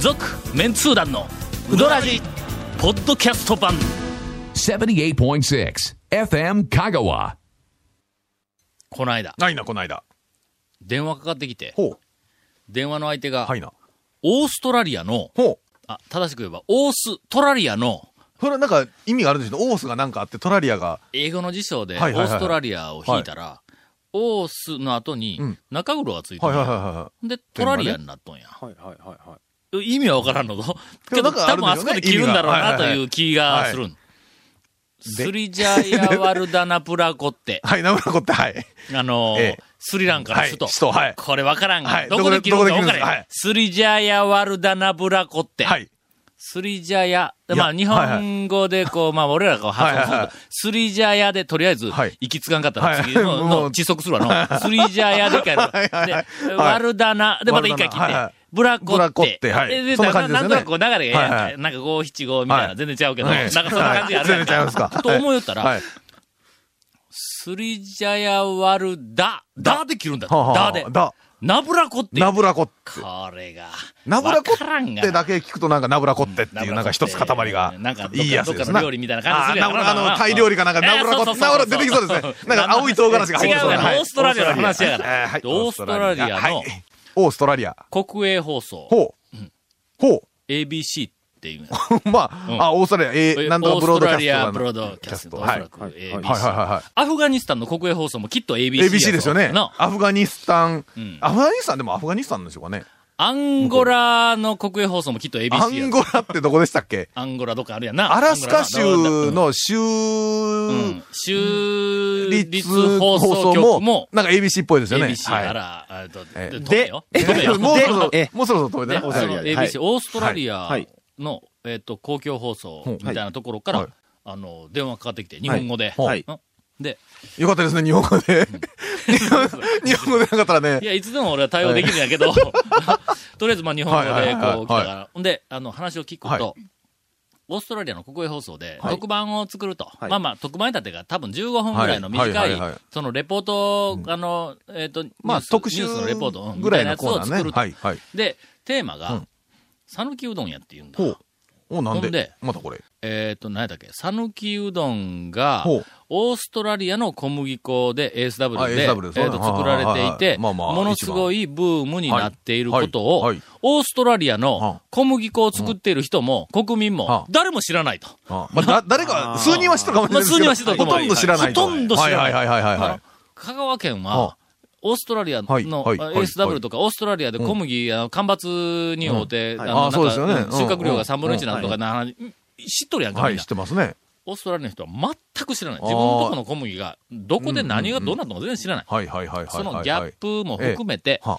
続メンツー団のウドラジポッドキャスト版78.6 FM Kagawa. この間ないな、この間。電話かかってきてほう。電話の相手が、はいな。オーストラリアのほう。あ正しく言えばオーストラリアのそれはなんか意味があるんでしょオースがなんかあって、トラリアが。英語の辞書でオはいはいはいーストラリアを引いたら、オースの後にうん中黒がついてる、はいはいはいはでトラリアになっとんや、はいはいはいはい。意味はわからんのぞ。けでもど、なんか多ある分んであそうこしょねで切るんだろうな意味とがはいはいはいいう気がするん。スリジャイアワルダナプラコってい。、はい、ナムラコって、はい。あのー ええスリランカの首都。はい首都はいこれわからんが、はいどこで切るどんこかでわかどこでら切ん。るんですかはいスリジャイアワルダナプラコって、はい。スリジャイア、まあいや日本語でこう、まあ俺らがこう発音すると、はいはいはいスリジャイアでとりあえずはい、行きつかんかったら、はい次のの もう窒息するわの。スリジャイアで一回やるはいはいはいで、はいワルダナでまた一回切って、ワルダナはいはいブラコブっ。ラコっててはいででそんな感じですなよんねとなくこう流れがええやんか、はいはいなんか五七五みたいな、はい全然ちゃうけど、はいなんかそんな感じがあるやん全然ちゃいますか。と思いよったら、はい。スリジャヤワルダ、ダで切るんだって。はあはダあで。だ。ナブラコって。ナブラコって。これが。ナブラコわからんっがてなだけ聞くとなんかナブラコってってナブいうラコなんか一つ塊がなんかどっか、いいやつですどっかの料理みたいな感じするやあんーなナブラあの、タイ料理かなんかえーナブラコそうっそうて、そうナブそうラ出てきそうで すね。なんか青い唐辛子が入ってそう違うなはいオーストラリアの話やからえーはいオーストラリアのはいオーストラリア。国営放送。ほう。ほ ABC っていうのや。う。まあ、あ、オーストラリア、え ー、なんとかブロードキャストオーストラだな。リアブロードキャスト。おそはい。らはくはいはい ABC。いはいはい。アフガニスタンの国営放送もきっと ABC やぞ。 ABC ですよねな。アフガニスタン、んアフガニスタンでもアフガニスタンなんでしょうかね。アンゴラの国営放送もきっと ABC やぞ。アンゴラってどこでしたっけアンゴラどっかあるやんな。アラスカアンゴラな州の州うん、州立立放放送送局もも、、なんか ABC っぽいですよね。 ABC かはいら、あとええ止めよ。止めえよ。もうそろそろえ、もうそろそろ止めでてそのねオーストラリアではい ABC、オーストラリアはいの、えっと、公共放送うんみたいなところから、はいあの、電話かかってきて、日本語で。ほうはい。で、よかったですね、日本語で。 日本語でなかったらいね。や、いつでも俺は対応できるんやけど、 とりあえず、まあ、日本語はいではいはいこう来たから。ほんで、あの、話を聞くと、オーストラリアの国営放送ではい特番を作ると。いまあまあ、特番だってが多分15分ぐらいの短はいいはいはいはい、そのレポート、あの、えっと、ニュースまあ、特ニュ集ースのレポート、うんぐらいのみたコーやナつをー作ね。るはい、はい。で、テーマうがん、讃岐うどんやって言うんだほ。う。お、なんほんででまたこれ。えっと、何やったっけ讃岐うどんがほう、オーストラリアの小麦粉で ASW あで、え ASW ですねーと作られていはいはいはて、いまもあまあのすごいブームになっていることはをいはい、オーストラリアのは小麦粉を作っている人も、国民もは、誰も知らないと。あまあ、だ誰あか、ー数人は知ってるかもしれまないですけど。あ数人は知ってると思うほとんど知らないと。ほとんど知らないはいはいはいはいあはの香川県はは、オーストラリアの、はいのはいあはい ASW とか、オーストラリアで小麦、あの干ばつに追うて、はいあのあそうですよねなんかうん収穫量が3分の1なんとかな、うん知っとるやんい。か、はみんい、な知ってますね。オーストラリアの人は全く知らない。自分のとこの小麦が、どこで何がどうなったのか全然知らない。はいはいはいはいはいはい。そのギャップも含めては、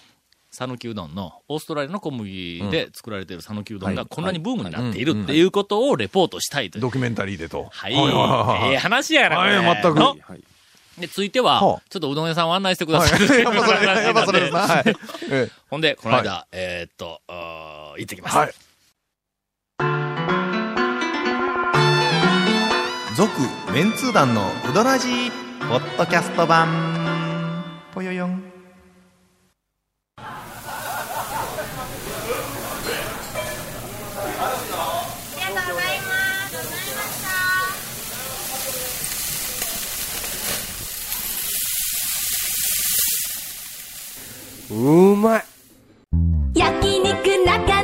讃岐うどんの、オーストラリアの小麦で作られている讃岐うどんがはいこんなにブームになっていはるいっていうことをレポートしたいという。ドキュメンタリーでと。はい。はいはいはいええはい。話やな、これはい全くのはい。で、ついては、ちはょあっとうどん屋さんを案内してください。はいやっぱそれ、やっぱそれですな。はい。ええほ んで、この間、えーっと、あー行ってきます。はい。続メンツー団のウドラジーポッドキャスト版ぽよよんうまい。焼肉中村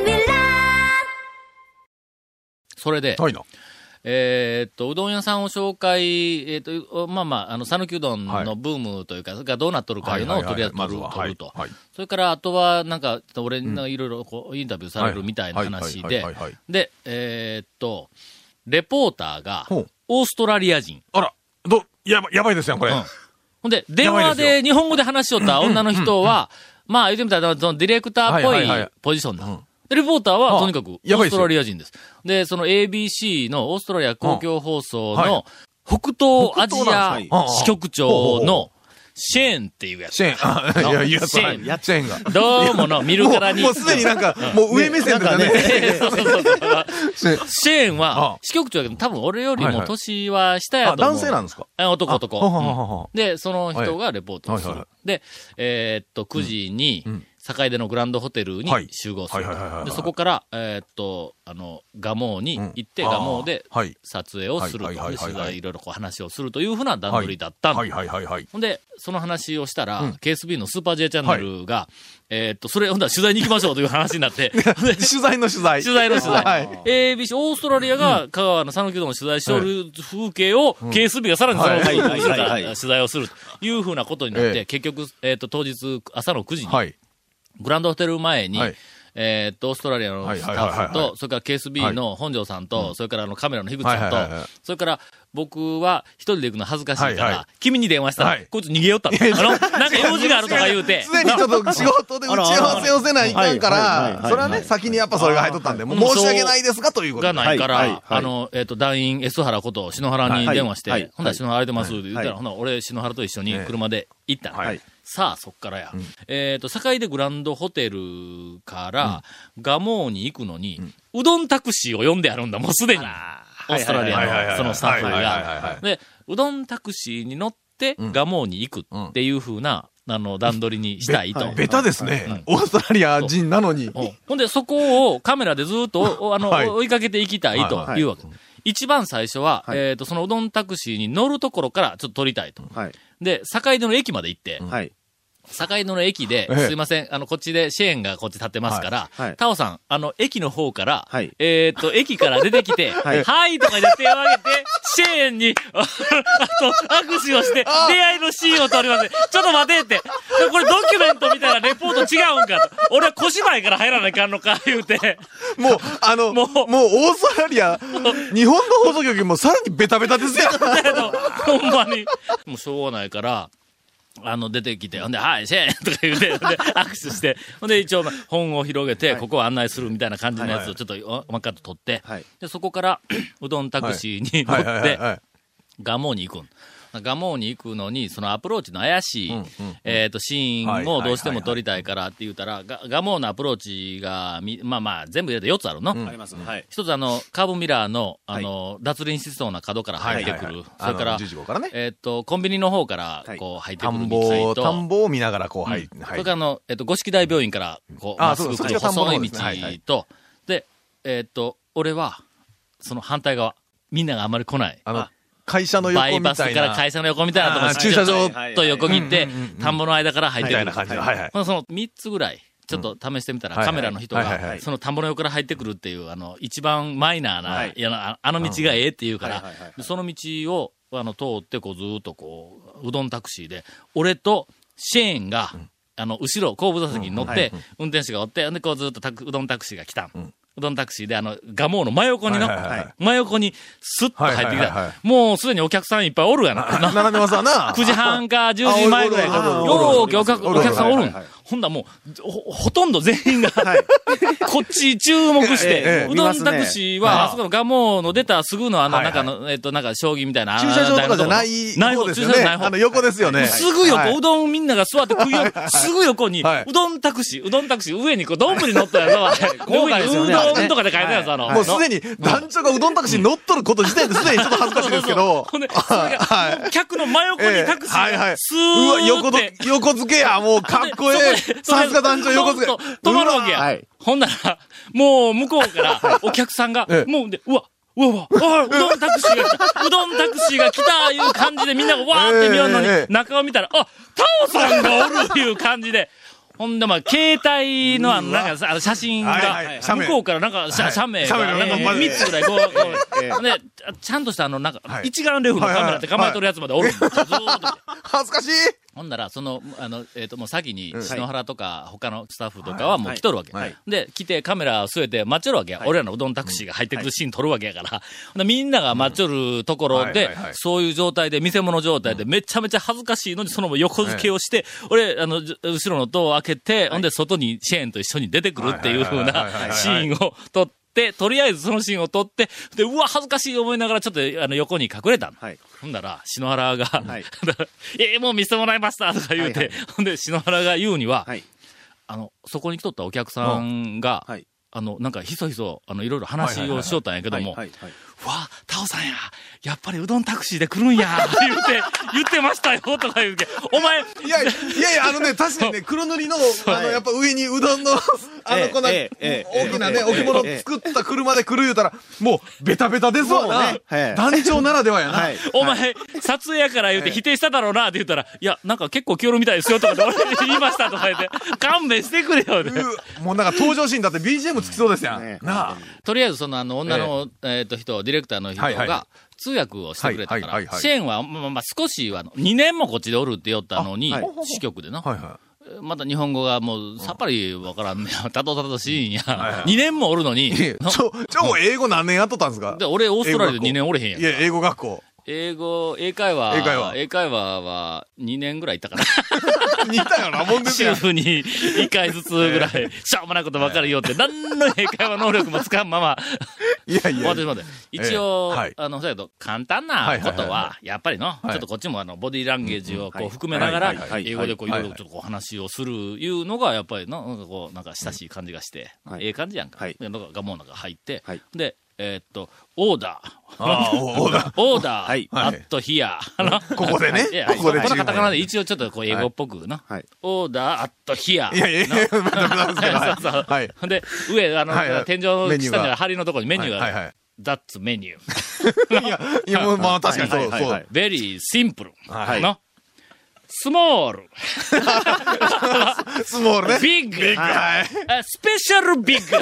それで、はいな。えーっと、うどん屋さんを紹介、えーっと、まあまあ、あの、讃岐うどんはいのブームというか、がどうなっとるかいうのをとりあえず取る取ると。はい。それから、あとは、なんか、俺のいろいろこうインタビューされるみたいな話ではいはいはいはいはい、で、えーっと、レポーターがほう、オーストラリア人。あら、ど、やば、やばいですね、これ。うんほんで、電やばい話ですよで日本語で話しとった女の人は、まあ言ってみたら、そのディレクターっぽはいはいはいいポジションだうん。で、レポーターあはあとにかくオやばースいですトよラリア人です。で、その ABC のオーストラリア公共放送うんはの北東アジア北東なんですはい支局長のシェーンっていうやつ。シェーン、あ、いや、いや、シェーンはいシェーンが。どうもの、見るからに。もうすでになんか、もう上目線ですよね。そうそうそうそうシェーンシェーンああは、支局長やけど、多分俺よりはいもはい年は下やあ、と思う。男性なんですかあ男男。あははうんははで、その人がレポートをする。はいはいはで、えーっと、9時に、うん坂出のグランドホテルにはい集合するはいはいはいはいはと。いで、そこから、えーっと、あの、ガモに行って、うんガモであーはい撮影をすると。はでいはいはいはい取材いろいろこう話をするというふうな段取りだったんではいはいはいはい。ほんで、その話をしたら、うん KSB のスーパー J チャンネルが、えーっと、それ、ほんだら取材に行きましょうという話にな って、ほんで取材の取材。取材の取材。はい。 ABC、オーストラリアが香川の讃岐うどんを取材しておる風景を、KSB がさらにそのはいはい後はいは取材をするというふうなことになって、ええ結局、えっ、と、当日朝の9時に、はい。グランドホテル前に、はいえっと、オーストラリアのスタはいはッいはフいはと、それから KSB の本庄さんと、それからあのカメラの樋口さんと、はいはいはいはいそれから僕は一人で行くの恥ずかしいから、はいは君に電話したら、はいこいつ逃げよったの。あの、なんか用事があるとか言うて。すでにちょっと仕事で打ち合わせをせないかんかはいはいはいらは、いそれはね、先にやっぱそれが入っとったんで、もう申し訳ないですがということがで。ないから、はいはいあの、えっ、と、団員、S 原こと、篠原に電話して、はいはいほんなら篠原空いてますって言ったら、はいほんなら俺、篠原と一緒に車で行ったの、はいさあ、そっからや。えっ、と、堺でグランドホテルから、蒲生に行くのに、うどんタクシーを呼んであるんだ、もうすでに。オーストラリはいはいはいアはのいそのスタッフはいはいはいがは。で、うどんタクシーに乗って、蒲生に行くっていうふうな、あの、段取りにしたいと。ベタですね。オーストラリア人なのに。おほんで、そこをカメラでずっとおおあの、はい追いかけていきたいとはいはいいうわけ。一番最初は、はいえっ、と、そのうどんタクシーに乗るところからちょっと撮りたいと。はい。で、堺戸の駅まで行って、はい。堺戸の駅で、ええすいません、あの、こっちで、支援がこっち立ってますから、はいはいタオさん、あの、駅の方から、はいえっ、と、駅から出てき て、はいい、とかで手を挙げて、支援に、 あと、握手をして、出会いのシーンを撮ります。ちょっと待てって。これドキュメントみたいなレポート違うんかと。俺は小芝居から入らないかんのか、言うて。もう、あの、ももうう、オーストラリ ア、日本の放送局よりもさらにベタベタですよ。けど、ほんまに。もうしょうがないから、あの、出てきて、ほんで、はい、シェーンとか言うて、ほんで、握手して、ほんで、一応、本を広げて、ここを案内するみたいな感じのやつをちょっと、おまっかと取って、はいで、そこから、うどんタクシーに乗はいはいっはいて、はい。ガモに行くん。ガモに行くのに、そのアプローチの怪しい、えっ、と、シーンをどうしても撮りたいからって言ったら、ガガモのアプローチがみ、まあまあ、全部入れて4つあるの。あります。はい。一つあの、カーブミラーの、あの、脱輪しそうな角から入ってくる。それから、 11号からね。 えっと、コンビニの方からは、いこう、入って田くるん道ぼを、と、田んぼを見ながらこう、はういん、そはれいから。あの、えっと、五色大病院から、こう、あまっすぐそうそこうっちが田んぼの細方いですねはいは道いと、で、えっと、俺は、その反対側、みんながあんまり来ない。あの、会社の横バイみバスたいからな。会社の横みたいなとこあろー駐車場ちょっと横切ってうんうんうんうん、田んぼの間から入っみてくるたいな感じで。はいはい。まあその3つぐらい、ちょっと試してみたら、はいはカいメラの人はいはいはが、いその田んぼの横から入ってくるっていう、あの、一番マイナーな、はいい、やああの道がええっていうからはいはいはいは、いでその道を、あの、通って、こう、ずーっとこう、うどんタクシーで、俺とシェーンが、あの、後ろ、後部座席に乗って、運転手がおって、で、こう、ずーっとタクうどんタクシーが来た。うどんタクシーで、あの、ガモの真横にの、はいはいはいはい真横にスッと入ってきはいはいはいはた。もうすでにお客さんいっぱいおるやな。並んでますわ な。 9時半か10時前ぐらいから、あおるおるおるようお客おおるおる客さんおるはいんはいはい。ほんだらもう、ほほとんど全員が、はい。こっち注目しえてええ、うえどんタクシーはいは、あそこのガモの出たすぐの、あの、はいはないんかの、えっと、なんか、将棋みたいな。駐車場とかじゃないない方方、です駐よ車場ね。ないあ方の、。横ですよね。すぐ横、はいうどんみんなが座って食いよる、すぐ横に、はいうどんタクシー、うどんタクシー、上にこう、丼乗ったやつは、豪華ですよね上にうどんとかで書いてあるやつ、あの。もうすでに、団長がうどんタクシーに乗っとること自体ですでにちょっと恥ずかしいですけど。 ほんで、それが、もう客の真横ええにタクシーが、スうわ、ー横っどて、横付けや、もうかっこええ。さすが団長横付け。止まるわけや。うはいほんなら、もう向こうから、お客さんがえ、えもうで、うわ、うわ、うわ、あうどんタクシーが来た、うどんタクシーが来た、いう感じでみんながわーって見ようのにえええ、え中を見たら、あ、タオさんがおるっていう感じで、ほんで、まあ、携帯の、あの、なんかさ、あの写真がはいはい、向写メこうから、なんか、写写メが、写メがなんか、ええええ3つぐらい、こう、こうええほんで、ちゃんとした、あの、なんかは、い一眼レフのカメラって構えとるやつまでおるんですよずーっと。恥ずかしい。ほんなら、その、あの、えっ、と、もう先に、篠原とか、他のスタッフとかはもう来とるわけ。はいはいで、来てカメラ据えて待っちょるわけや。俺らのうどんタクシーが入ってくるシーン撮るわけやから。ほんでみんなが待っちょるところで、はいはいはいそういう状態で、見せ物状態で、めちゃめちゃ恥ずかしいのに、その横付けをして、俺、あの、じ後ろのドアを開けて、ほんで、外にシェーンと一緒に出てくるっていう風はいはいはいはいなはいシーンを撮って、とりあえずそのシーンを撮って、で、うわ、恥ずかしい思いながら、ちょっと、あの、横に隠れたの。はい。ほんだら、篠原が、はい えーもう見せてもらいましたとか言うて、はいはほんで、篠原が言うには、はい。あの、そこに来とったお客さんが、はい。あの、なんか、ひそひそ、あの、いろいろ話はいはいはいはをいしよったんやけども、はい。はい。わあ、タカオさんや、やっぱりうどんタクシーで来るんや、言って、言ってましたよ、とか言うけどお前、いやいや、いやいや、あのね、確かにね、黒塗りの、あの、やっぱ上にうどんの、あの、こんな、ええええええ大きなね、ええ置物作った車で来る言うたら、もう、ベタベタですわそうなねは。い団長ならではやな。はい。お前、撮影やから言うて否定しただろうな、って言ったら、いや、なんか結構清るみたいですよ、とかって俺に言いました、とか言って、勘弁してくれよ、ね。うもうなんか登場シーンだって BGM つきそうですやんね。なあ。とりあえずそのあの女の、えっと人、ディレクターの人はいはいが通訳をしてくれたかはいはいはいら、はいシェーンは、まあまあまあ少しは、2年もこっちでおるって言ったのにあはい、支局でな。はいはまた日本語がもうさっぱりわからんねや。たどたどしいんや。2年もおるのにい。い。えちょ、ちょ、英語何年やっとったんですかで俺、オーストラリアで2年おれへんやいん。や、英語学校。英語、英会話。英会話英会話は2年ぐらい行ったかな。似たようなもんですや週ん。に1回ずつぐ らい、しょうもないことばっかり言おうって、何の英会話能力もつかんまま、いやいや待っ。て待って一応、ええはいあの、そうやけど、簡単なことはいはいは、やっぱりの、いちょっとこっちもあの、ボディーランゲージをこう含めながらはいはいは、い英語でこう、いはろいいろちょっとこう話をするいうのが、やっぱりの、なんかこう、なんか親しい感じがして、はいええ感じやんか。はいで、なんか、がもうなんか入って、はいで、えーっと、オーダー。ああ、おおだ。オー ダー、はいアットヒア。あのこ こでねいや。ここでこ注のカタカナ文。で一応ちょっとこう英語っぽくな。はいオーダーアットヒア。いやいやいや、ベタベタですか ら。そうそう。はい。ほんで、上、あの、はいはい天井のメニュー下がにある針のところにメニューがあはる。いはい。 That's menu. いや、いや、もうまあ確かにそう、はいはいそはうい。 Very simple. はいの。スモール。スモールね。ビッグ。はい。スペシャル ビッグ。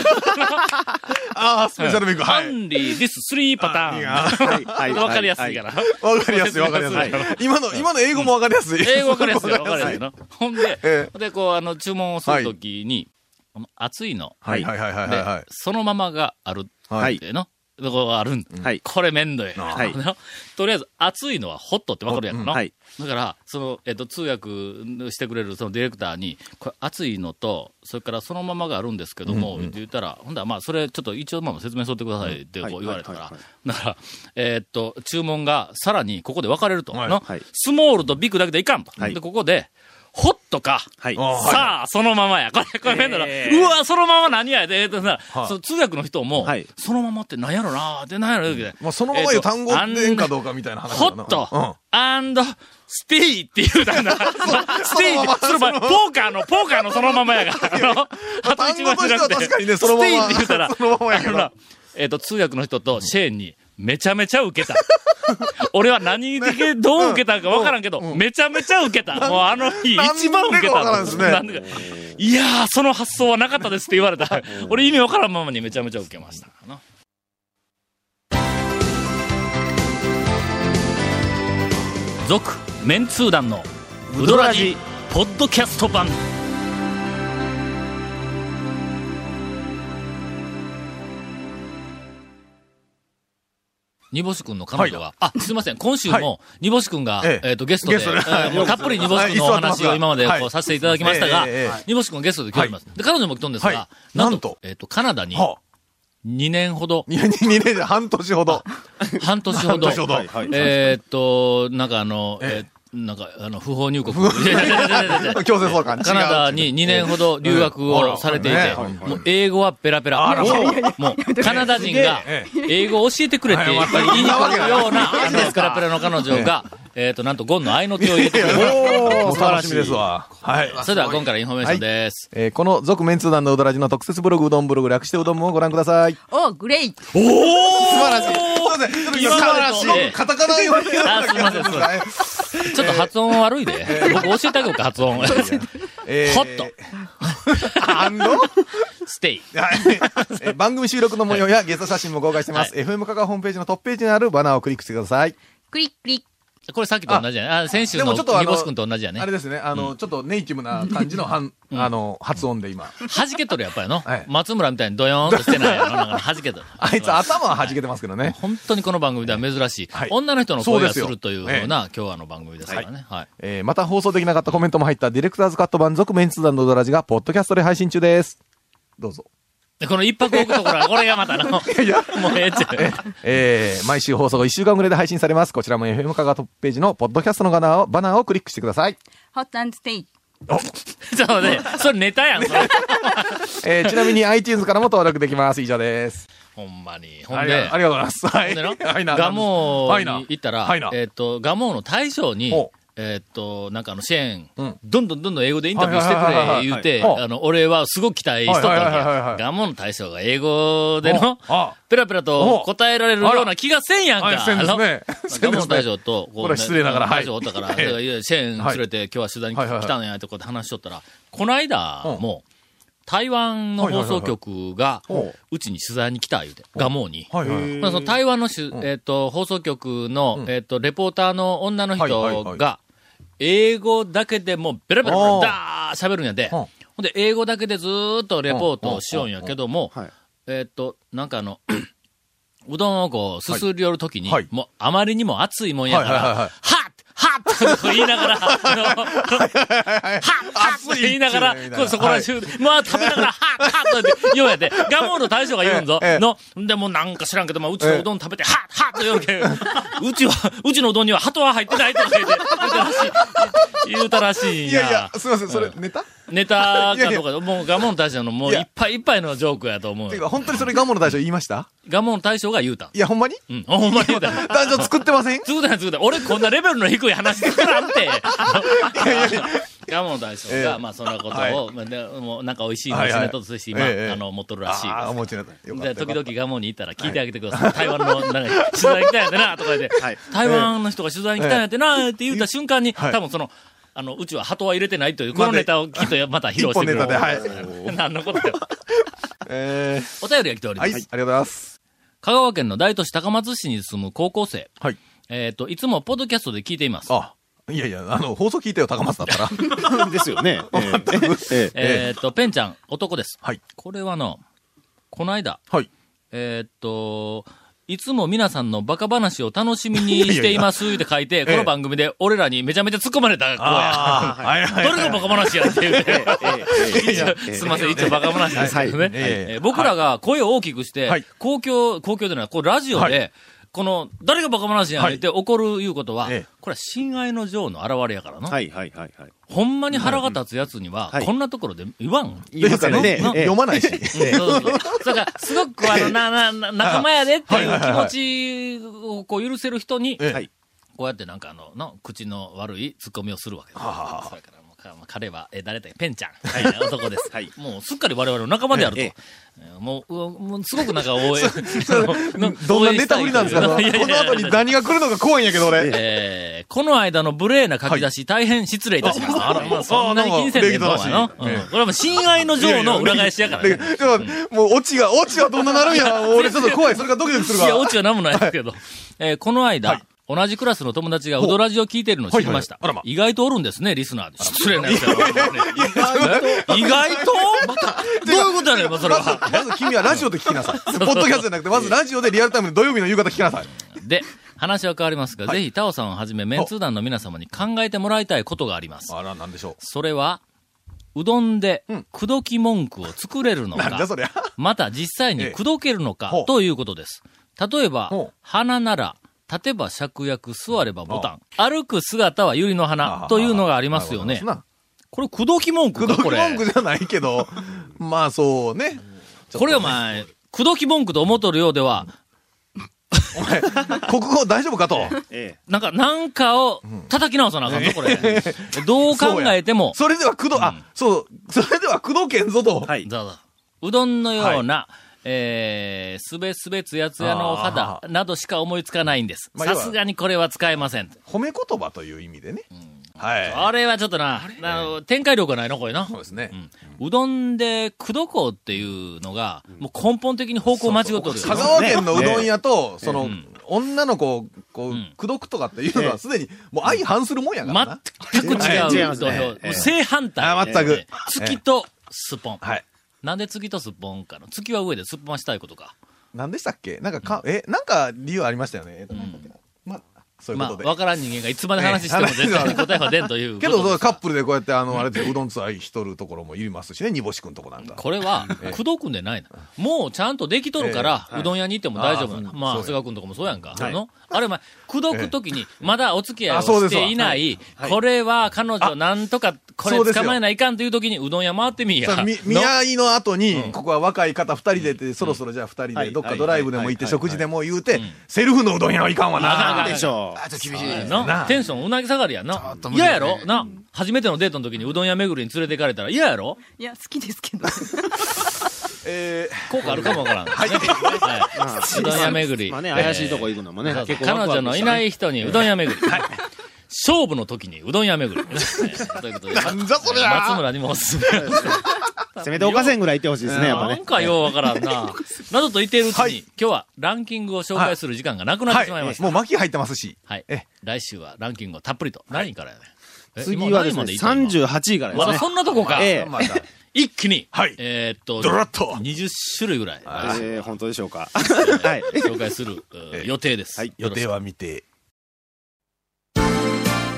ああ、スペシャルビッグ。はい。 Only this three パ ターいン。やはい。はい。 わかりやすいから。わかりやすい、わかりやすい。今の、今の英語もわかりやすい。英語わかりやすい、わかりやすい の。ほんで、えで、こう、あの、注文をするときに、あの熱いの。はいはいはいはいはいはいで。そのままがある。はっい。ての、とこがあるんだはいこれめんどい。はいのとりあえず、熱いのはホットってわかるやんの、はい。だから、その、えっと、通訳してくれるそのディレクターに、これ熱いのと、それからそのままがあるんですけども、って言ったら、ほんだらまあ、それちょっと一応まあ説明しとってくださいってこうはい言われたからはいはい、だから、えっと、注文がさらにここで分かれると。はいのはいスモールとビッグだけでいかんと。はいで、ここで、ホットか、はい。あはいさあ、そのままや。これ、これ、変だろ。うわ、そのまま何やで、えっとさ、その通訳の人もはい、そのままって何やろな、って何やろって。まあそのまえま言っうと単語でええんかどうかみたいな話ホだなットうん、アンド、ステイって言うたんだ。 ステイって、その場合、ポーカーの、ポーカーのそのままや から。あの、あ単語としては確かにね、そのまスま。テイって言うたら、 そのままやあかのらな。えっと、通訳の人とシェーンに、めちゃめちゃ受けた。 俺は何でどう受けたんか分からんけど、めちゃめちゃ受けた。もうあの日、なん一番受けた。なんでか分からんなんでかいやー、その発想はなかったですって言われた。俺意味分からんままにめちゃめちゃ受けました。な続、メンツー団の、ウドラジ、ポッドキャスト版。煮干し君の彼女が、あ、すいません、今週も、煮干し君が、えええっと、ゲストで、ゲストでえーもうたっぷり煮干し君のお話を今まではいこうさせていただきましたがええええええ、煮干し君ゲストで来ております。で、彼女も来とんですはが、いななんんとと、えっと、カナダには2年ほどあ、、2年で半年ほど。半年ほど半年、ほど。はい。はい。えーっと、なんかあの、ええなんか、あの、不法入国。いやいやいやいやいや強制送還。違うカナダに2年ほど留学ええあをらされていてね、もう英語はペラペラ。もう、カナダ人がえ英語を教えてくれって言いに来るような、あの、ペラペラの彼女が、えっと、なんとゴンの合いの手を入れてくれる。おお楽しみですわ。はい。それではゴンからインフォメーションです。えーこの続メンツー団のうどらじの特設ブログうどんブログ略してうどんもご覧ください。おグレイ素晴らしい。すいません。今までと素晴らしいカタカナ言われてあ、すみません、すみません。ちょっと発音悪いで。僕教えてあげようか、発音。ホえーット、アンドステイ。はい えー番組収録の模様やゲスト写真も公開してます。FM カカホームページのトップページにあるバナーをクリックしてください。クリックリックこれさっきと同じやね。あ、先週のでもちょっとあのニボス君と同じやねあ。れですね、あの、ちょっとネイティブな感じのはん、あの、発音で 今。弾けとるやっぱりのはい。松村みたいにドヨーンとしてないやろ。なんか弾けとる。あいつ頭は弾けてますけどね。本当にこの番組では珍しいはい、女の人の声がすそうでするよというふうな、今日はあの番組ですからね。はい。えーまた放送できなかったコメントも入ったディレクターズカット版続メンツ団のドラジが、ポッドキャストで配信中です。どうぞ。で、この一泊置くところが、これがまたの、もうええっちゃう。えー毎週放送後1週間ぐらいで配信されます。こちらも FM カカトップページのポッドキャストのバナーを、バナーをクリックしてください。ホットステイちょっと待って、 それネタやん、それ。えーちな みに iTunes からも登録できます。以上です。ほんまに。ほあんりがであ、りがとうございます。はほんでい。なはいな。ガモはいーなに。行ったらはいな、えっと、ガモーの大将にほう、えっと、なんかあの、支援うん、どんどんどんどん英語でインタビューしてくはいはいはいはれ、い言うて、ほうあの、俺はすごく期待しとったわけはいはいはいはいはやい。ガモーの大将が英語でのほうあ、ペラペラと答えられるような気がせんやんか。はい、せんですね。 せガんでモすン大ね。将と、ここれは失礼ながらはい大将おった から、はいいやいやシェーン連れて今日は取材にはいはいはい来たんやってこうやって話しとったら、この間も、台湾のはいはい放はいは送い局がほう、うちに取材に来た言うて、ガモーに。はいはい。まあその台湾のしゅ、えっと放送局の、えっとレポーターの女の人が、はいはい英語だけでもうベラベラベおラーダー喋るんやで、うんほんで英語だけでずーっとレポートをしようんやけども、うんうんうんうんえっとなんかあの うどんをこうすすり寄るときに、はいはいもうあまりにも熱いもんやから、はいははいはいはっいはっと言いながら、あのはっはっと言いながら、熱いっちゅうねみたいなこうそこら中で、まあ食べながら、はっはっと言うやで、ガモール大将が言うんぞええええ、の、でもなんか知らんけど、まあ、うちのうどん食べて、はっはっと言うけん、うちは、うちのうどんには鳩は入ってないとか言って、言うたらしい、言うたらしいんいやいやや、。すいません、それネタっネタかどうか、もうガモール大将のもういいやっぱいいっぱいのジョークやと思うていうよ。か、本当にそれガモの大将言いましたガモール大将が言うたん。いや、ほんまにうん、ほんまに言うたん。男女作ってません作ったや作った俺こんなレベルの低い話作らん て。ガモの大将が、ええまあそんなことを、はまあでもうなんか美味しいのはいはいネタとして今、ええええあの、持っとるらしいですああ、お持ちなさい。よかったでよか時った。々ガモに行ったら聞いてあげてください。台湾の、なんか、取材に来たんやってな、とか言って、台湾の人が取材に来たんやってな、って言った瞬間に、はい多分その、あの、うちは鳩は入れてないという、このネタをきっとまた披露してくれる。一本ネタではいい。 何のことだよ。えーお便りが来ておりまはすい、あ。りがとうございます。香川県の大都市高松市に住む高校生。はいえっ、と、いつもポッドキャストで聞いています。あ、いやいや、あの、放送聞いてよ、高松だったら。 ですよね。えええええっ、と、ペンちゃん、男です。はいこれはの、この間、はい。えっ、と、いつも皆さんのバカ話を楽しみにしていますって書いて、この番組で俺らにめちゃめちゃ突っ込まれた子や。ああ、はいはどいはい。れがバカ話やって言うて。ええええすみません、一応バカ話ですけどね。はいはいえー僕らが声を大きくして、はい公共、公共じゃない、こうラジオはで、この、誰がバカ話やねんって怒るいうことは、ええこれは親愛の情の表れやからな。はいはいはいはい。ほんまに腹が立つやつには、はいこんなところで言わん。言いますからねね。ええ読まないし。うんそうそうそうだから、すごく、あの、な、な、な仲間やでっていう気持ちをこう許せる人に、ええはいこうやってなんかあの、の口の悪いツッコミをするわけです。それからもうか彼は、え、誰だっけペンちゃん。はい、男です。はいもうすっかり我々の仲間であると。えええーもううわ、もうすごくなんか応援、あのの どん応な援ネしたタい振りなんですかとこいういやいやいのや後に何が来るのか怖いんやけど、俺。えーこの間の無礼な書き出し、大変失礼いたしました。あら、まあ、そんなに金銭でどうかなんなか。うんこ礼儀正しれいはもう、親愛の情の裏返しやからね。でも、もう、オチが、オチはどんななるんや。俺ちょっと怖い。それがドキドキするいかや、オ ら。チは何もないですけど。えーこの間、同じクラスの友達がウドラジを聞いているのを知りました。ほうはいはいあらま意外とおるんですね、リスナーで。失礼なやつやろえ意外とどういうことやねん、もうそれまずは。、まず君はラジオで聞きなさい。ポッドキャストじゃなくて、まずラジオでリアルタイムで土曜日の夕方聞きなさい。で、話は変わりますが、ぜひ、タオさんをはじめ、メンツー団の皆様に考えてもらいたいことがあります。あら、なんでしょそれは、うどんで、口説き文句を作れるのう。なんかだ、そりゃ。また実際に口説けるのかええほう、ということです。例えばほう、花なら、立てば芍薬、座ればボタン、歩く姿は百合の花、というのがありますよねそん。なこれ、口説き文句口か、説きこれ文句。じゃないけど、まあそうね。これお前、口説き文句と思っとるようでは、お前、国語大丈夫かと。えなんか、なんかを叩き直さなあかんぞ、これ。どう考えても、それでは工藤、あ、そう、それでは工藤健ぞと。えはい。どうぞ。うどんのような、えー、すべすべつやつやのお肌などしか思いつかないんです。まあさすがにこれは使えません。褒め言葉という意味でね。はい。あれはちょっとな、なあの展開力がないの、これなそう。ですね。うどんで、くどこうっていうのが、もう根本的に方向間違ってるよ。香川県のうどん屋と、そのん、女の子を、こう、ん口説くとかっていうのはすでに、もう相反するもんやからな。全くええ違違いうま土す俵。もねえうえ正反対。あ全くええ月とすっぽん。はい。なんで月とすっぽんかの月は上ですっぽんはしたいことか。何でしたっけなんかか、え、なんか理由ありましたよね。えっとなんだっけなまあ、そういうまこあ、とで。わからん人間がいつまで話しても絶対に答えは出んということけですど、そうカップルでこうやって、あの、あれで、うどんつ愛しとるところもいますしね、煮干しくんとこなんか。 これは、口説くんでないな。もうちゃんとできとるから、いうどん屋に行っても大丈夫なの。あーそうまあ、そう長谷川くんとかもそうやんか。はいのあれ、まあ、口説くときに、まだお付き合いをあそうしですわていない、これは彼女なんとか、これそうですよ捕まえないかんというときに、うどん屋回ってみいや。さあみ見の合いの後に、ここは若い方二人でって、そろそろじゃあ二人はで、いどっかドライブでも行って、はい食事でも言うて、セルフのうどん屋はいかんわな。なんでしょあ、ちょっと厳しいですななテンションうなぎ下がりやなと。無理嫌だねやろな初めてのデートの時にうどん屋巡りに連れて行かれたら嫌やろいや、好きですけど。え効果あるかもわからん。はい。うどん屋巡り。う。まあね、怪しいとこ行くのもね、そうそう結構彼ワク女ワクのいしたねない人にうどん屋巡り。勝負の時にうどん屋巡り。 えーということで、なんじゃそりゃ松村にもおすすめ。せめておかせんぐらい行ってほしいですね、やっぱなねん。かようわからんな。などと言っているうちに、今日はランキングを紹介する時間がなくーなっはてしまいまい。しもた。う巻き入ってますし。はいえ。来週はランキングをたっぷりと。何位からやね。え次はです今ね、何位まで行った今38位からですまねだ。そんなとこか。ええ 一気に、はいえーっと、ドラッと20種類ぐらい、えー本当でしょうか。はい。紹介する、えー予定です。はい予定は見て。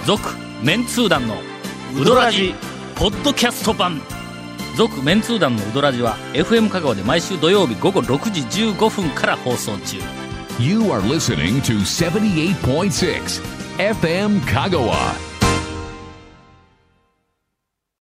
続メンツー団のウドラジポッドキャスト版続メンツー団のウドラジは FM 香川で毎週土曜日午後6時15分から放送中 You are listening to 78.6 FM Kagawa.